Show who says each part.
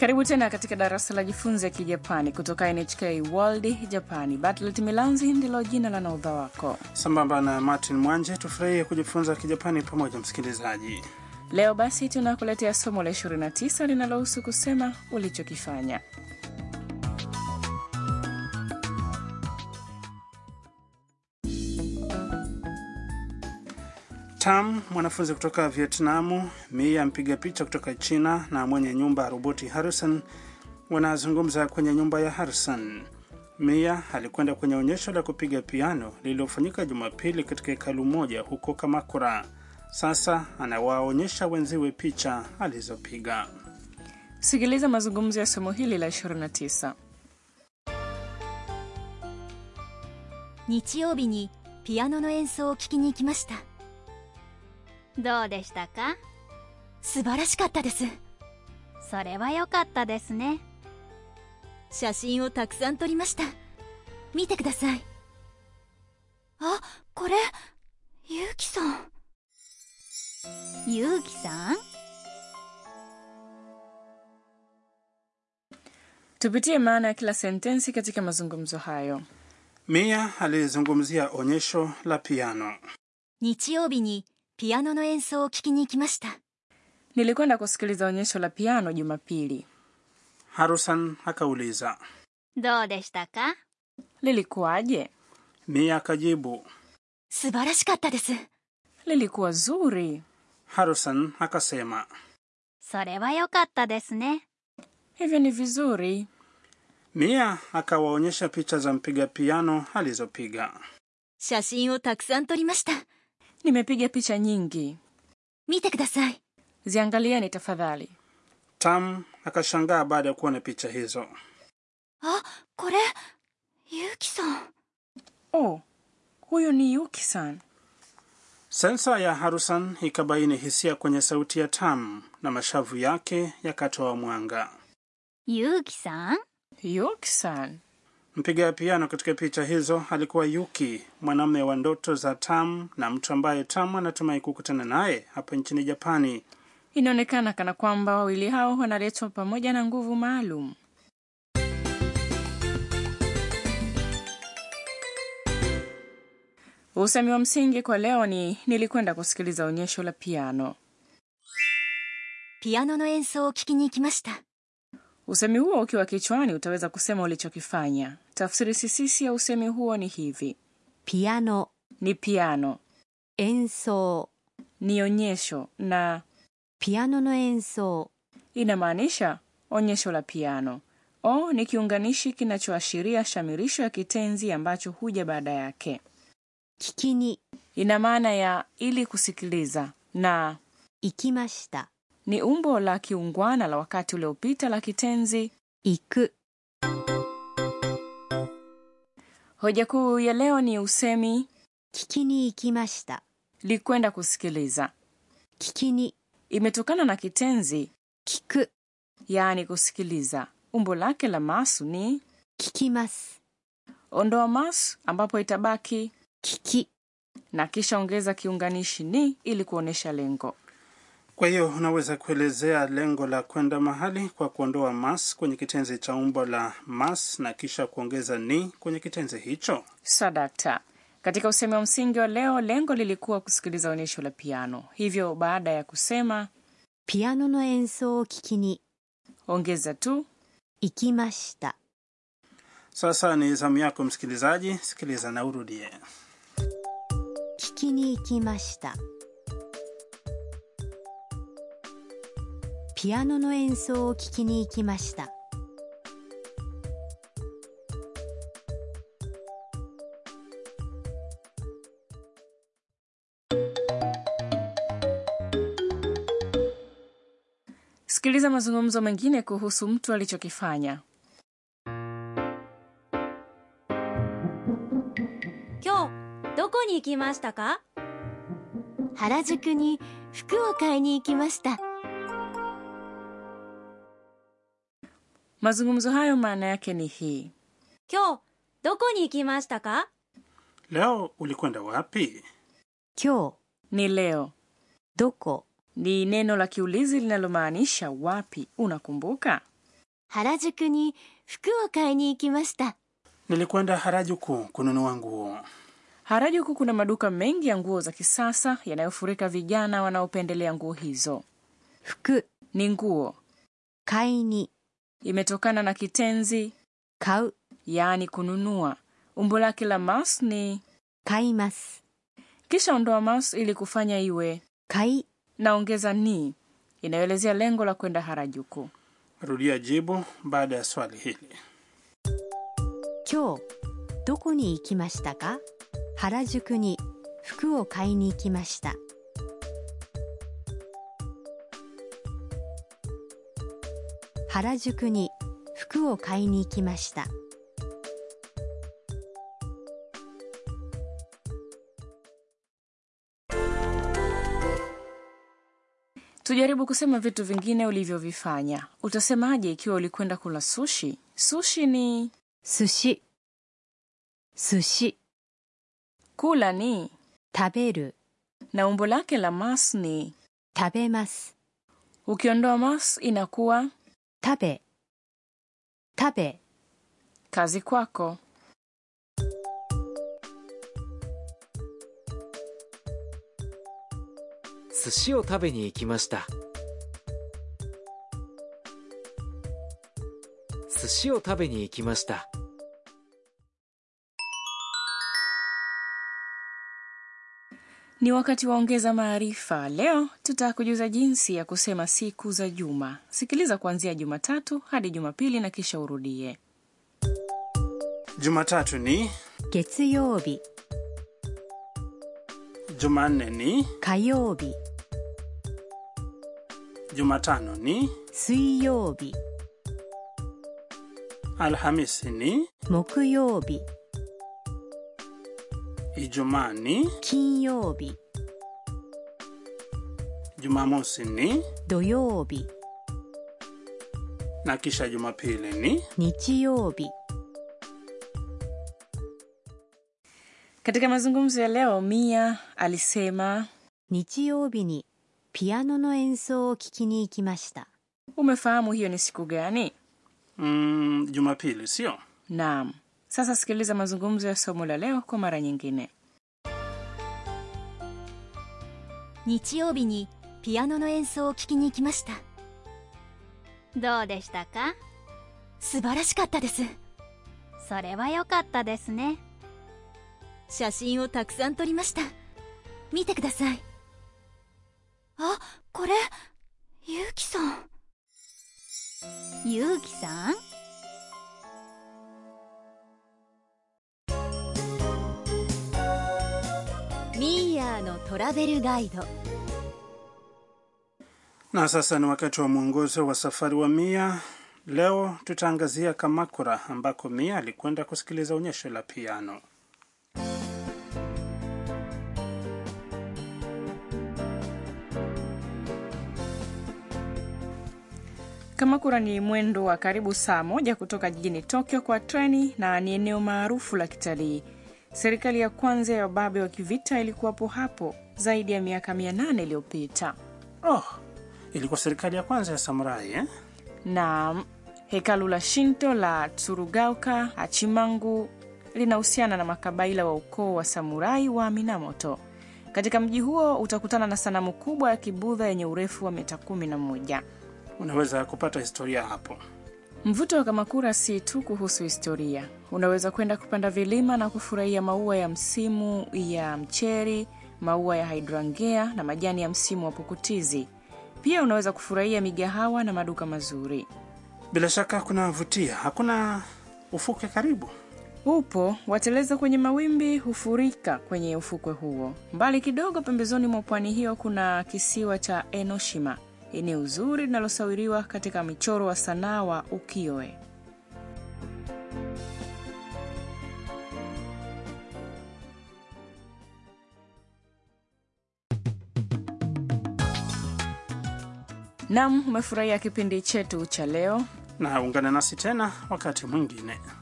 Speaker 1: Karibu tena katika darasa la jifunze Kijapani kutoka NHK World Japani. Batlet Milanzi ndilo jina la naudha wako.
Speaker 2: sambamba na Martin Mwanje. Tufurahie kujifunza Kijapani pamoja, msikilizaji.
Speaker 1: Leo basi tunakuletea somo la 29 linalohusu kusema ulichokifanya.
Speaker 2: Tam, mwanafunzi kutoka Vietnamu, Mia, mpiga picha kutoka China na mwenye nyumba ya roboti Harrison wanazungumza kwenye nyumba ya Harrison. Mia alikwenda kwenye onyesho la kupiga piano lililofanyika Jumapili katika hekalu moja huko Kamakura. Sasa anawaonyesha wenziwe picha alizopiga.
Speaker 1: Sikiliza mazungumzo ya somo hili la 29.
Speaker 3: 日曜日にピアノの演奏を聴きに行きました
Speaker 4: どうでしたか
Speaker 3: 素晴らしかったです
Speaker 4: それは良かったですね
Speaker 3: 写真をたくさん撮りました見てくださいあこれゆうきさん
Speaker 4: ゆうきさん
Speaker 1: Tupitie maana ya kila sentensi katika mazungumzo hayo.
Speaker 2: Mia alizungumzia onyesho la piano.
Speaker 3: 日曜日にピアノの演奏を聴きに行きました
Speaker 1: Nilikwenda kusikiliza onyesho la piano Jumapili.
Speaker 2: Harrison akauliza.
Speaker 4: どうでしたか
Speaker 1: Lilikuwaje?
Speaker 2: Mia akajibu.
Speaker 3: 素晴らしかったです
Speaker 1: Lilikuwa zuri.
Speaker 2: Harrison akasema.
Speaker 4: それは良かったですね
Speaker 1: Hivyo ni vizuri.
Speaker 2: Mia akawaonyesha picha za mpiga piano alizopiga.
Speaker 3: 写真をたくさん撮りました
Speaker 1: Nimepiga picha nyingi.
Speaker 3: 見てください
Speaker 1: Ziangalieni tafadhali.
Speaker 2: Tam akashangaa baada ya kuona picha hizo.
Speaker 3: あこれゆうきさん
Speaker 1: Oh, huyu ni Yuki-san.
Speaker 2: Sensa ya Harusan ikabaini hisia kwenye sauti ya Tam na mashavu yake yakatoa mwanga.
Speaker 4: ゆうきさん
Speaker 1: Yuki-san.
Speaker 2: Mpiga piano katika picha hizo alikuwa Yuki, mwanamume wa ndoto za Tam na mtu ambaye Tam anatumai kukutana naye hapa nchini Japani.
Speaker 1: Inaonekana kana kwamba wawili hao wanaletwa pamoja na nguvu maalum. Usemi wa msingi kwa leo ni nilikwenda kusikiliza onyesho la piano.
Speaker 3: ピアノの演奏を聴きに行きました
Speaker 1: Usemi huo ukiwa kichwani utaweza kusema ulichokifanya. Tafsiri sisisi ya usemi huo ni hivi:
Speaker 3: ピアノ
Speaker 1: ni piano,
Speaker 3: 演奏
Speaker 1: ni onyesho, na
Speaker 3: ピアノの演奏
Speaker 1: inamaanisha onyesho la piano. O ni kiunganishi kinachoashiria shamirisho ya kitenzi ambacho huja baada yake.
Speaker 3: 聞きに
Speaker 1: Ina maana ya ili kusikiliza, na
Speaker 3: 行きました
Speaker 1: ni umbo la kiungwana la wakati uliopita la kitenzi.
Speaker 3: 行く
Speaker 1: Hoja kuu ya leo ni usemi
Speaker 3: 聞きに行きました
Speaker 1: likwenda kusikiliza.
Speaker 3: 聞きに
Speaker 1: Imetokana na kitenzi
Speaker 3: 聞く
Speaker 1: yaani kusikiliza. Umbo lake la masu ni
Speaker 3: 聞きます
Speaker 1: ondoa masu, ambapo itabaki
Speaker 3: 聞き
Speaker 1: na kisha ongeza kiunganishi ni ili kuonyesha lengo.
Speaker 2: Kwa hiyo unaweza kuelezea lengo la kwenda mahali kwa kuondoa mas kwenye kitenzi cha umbo la mas na kisha kuongeza ni kwenye kitenzi hicho.
Speaker 1: Sadakta. Katika usemi wa msingi wa leo, lengo lilikuwa kusikiliza onyesho la piano. Hivyo baada ya kusema
Speaker 3: ピアノの演奏を聞きに
Speaker 1: ongeza tu
Speaker 3: 行きました
Speaker 2: Sasa ni zamu yako msikilizaji, sikiliza na urudie.
Speaker 3: 聞きに行きましたピアノの演奏を聞きに行きました
Speaker 1: sikiliza mazungumzo mengine kuhusu mtu alichokifanya.
Speaker 5: 今日どこに行きましたか
Speaker 3: 原宿に服を買いに行きました
Speaker 1: Mazungumzo hayo maana yake ni hii:
Speaker 5: 今日どこに行きましたか
Speaker 2: Leo ulikwenda wapi?
Speaker 3: 今日
Speaker 1: ni leo,
Speaker 3: どこ
Speaker 1: ni neno la kiulizi linalomaanisha wapi. Unakumbuka?
Speaker 3: 原宿に服を買いに行きました。
Speaker 2: Nilikwenda Harajuku kununua nguo.
Speaker 1: Harajuku kuna maduka mengi ya nguo za kisasa yanayofurika vijana wanaopendelea nguo hizo.
Speaker 6: 服
Speaker 1: Ni nguo
Speaker 6: 買いに
Speaker 1: imetokana na kitenzi
Speaker 6: 買う
Speaker 1: yaani kununua. Umbo lake la mas ni
Speaker 6: 買います
Speaker 1: kisha ondoa mas ili kufanya iwe
Speaker 6: 買い
Speaker 1: naongeza ni inayoelezea lengo la kwenda Harajuku.
Speaker 2: Rudia jibu baada ya swali hili.
Speaker 6: 今日どこに行きましたか原宿に服を買いに行きました原宿に服を買いに行きました
Speaker 1: Tujaribu kusema vitu vingine ulivyovifanya. Utasemaje ikiwa ulikwenda kula sushi? Sushi ni
Speaker 6: 寿司寿司
Speaker 1: kula ni
Speaker 6: 食べる
Speaker 1: na umbo lake la mas ni
Speaker 6: 食べます
Speaker 1: ukiondoa mas inakuwa
Speaker 6: 食べ食べ
Speaker 1: kazi kwako.
Speaker 7: 「寿司を食べに行きました」「寿司を食べに行きました」
Speaker 1: Ni wakati wa ongeza maarifa. Leo tutaka kujuza jinsi ya kusema siku za juma. Sikiliza kuanzia Jumatatu hadi Jumapili na kisha urudie.
Speaker 2: Jumatatu ni,
Speaker 6: 月曜日
Speaker 2: Jumanne ni,
Speaker 6: 火曜日
Speaker 2: Jumatano ni,
Speaker 6: 水曜日
Speaker 2: Alhamisi ni,
Speaker 6: 木曜日
Speaker 2: Ijumaa ni,
Speaker 6: 金曜日
Speaker 2: Jumamosi ni
Speaker 6: 土曜日
Speaker 2: na kisha Jumapili ni.
Speaker 6: 日曜日
Speaker 1: Katika mazungumzo ya leo, Mia alisema
Speaker 6: 日曜日にピアノの演奏を聞きに行きました
Speaker 1: umefahamu hiyo ni siku gani?
Speaker 2: Mm, Jumapili sio?
Speaker 1: Naam. Sasa sikiliza mazungumzo ya somo la leo kwa mara nyingine.
Speaker 3: 日曜日にピアノの演奏を聴きに行きました。
Speaker 4: どうでしたか
Speaker 3: 素晴らしかったです。
Speaker 4: それは良かったですね
Speaker 3: 写真をたくさん撮りました。見てください。あ、これ、ゆうきさん。
Speaker 4: ゆうきさん
Speaker 3: ミーヤーのトラベルガイド。
Speaker 2: Na sasa ni wakati wa mwongozo wa safari wa Mia. Leo tutaangazia Kamakura ambako Mia alikwenda kusikiliza onyesho la piano.
Speaker 1: Kamakura ni mwendo wa karibu saa moja kutoka jijini Tokyo kwa treni na ni eneo maarufu la kitalii. Serikali ya kwanza ya wababe wa kivita ilikuwapo hapo zaidi ya miaka 800 iliyopita.
Speaker 2: Oh, ilikuwa serikali ya kwanza ya samurai eh?
Speaker 1: na hekalu la shinto la tsurugaoka hachimangu linahusiana na makabaila wa ukoo wa samurai wa minamoto katika mji huo utakutana na sanamu kubwa ya kibudha yenye urefu wa mita 11
Speaker 2: Unaweza kupata historia hapo.
Speaker 1: mvuto wa kamakura si tu kuhusu historia unaweza kwenda kupanda vilima na kufurahia maua ya msimu ya mcheri maua ya hydrangea na majani ya msimu wa pukutizi pia unaweza kufurahia migahawa na maduka mazuri
Speaker 2: Bila shaka kunavutia, hakuna ufuke karibu.
Speaker 1: upo wateleza kwenye mawimbi hufurika kwenye ufukwe huo mbali kidogo pembezoni mwa pwani hiyo kuna kisiwa cha enoshima eneo zuri linalosawiriwa katika michoro wa sanaa wa ukioe nam umefurahia kipindi chetu cha leo
Speaker 2: Na ungana nasi tena wakati mwingine.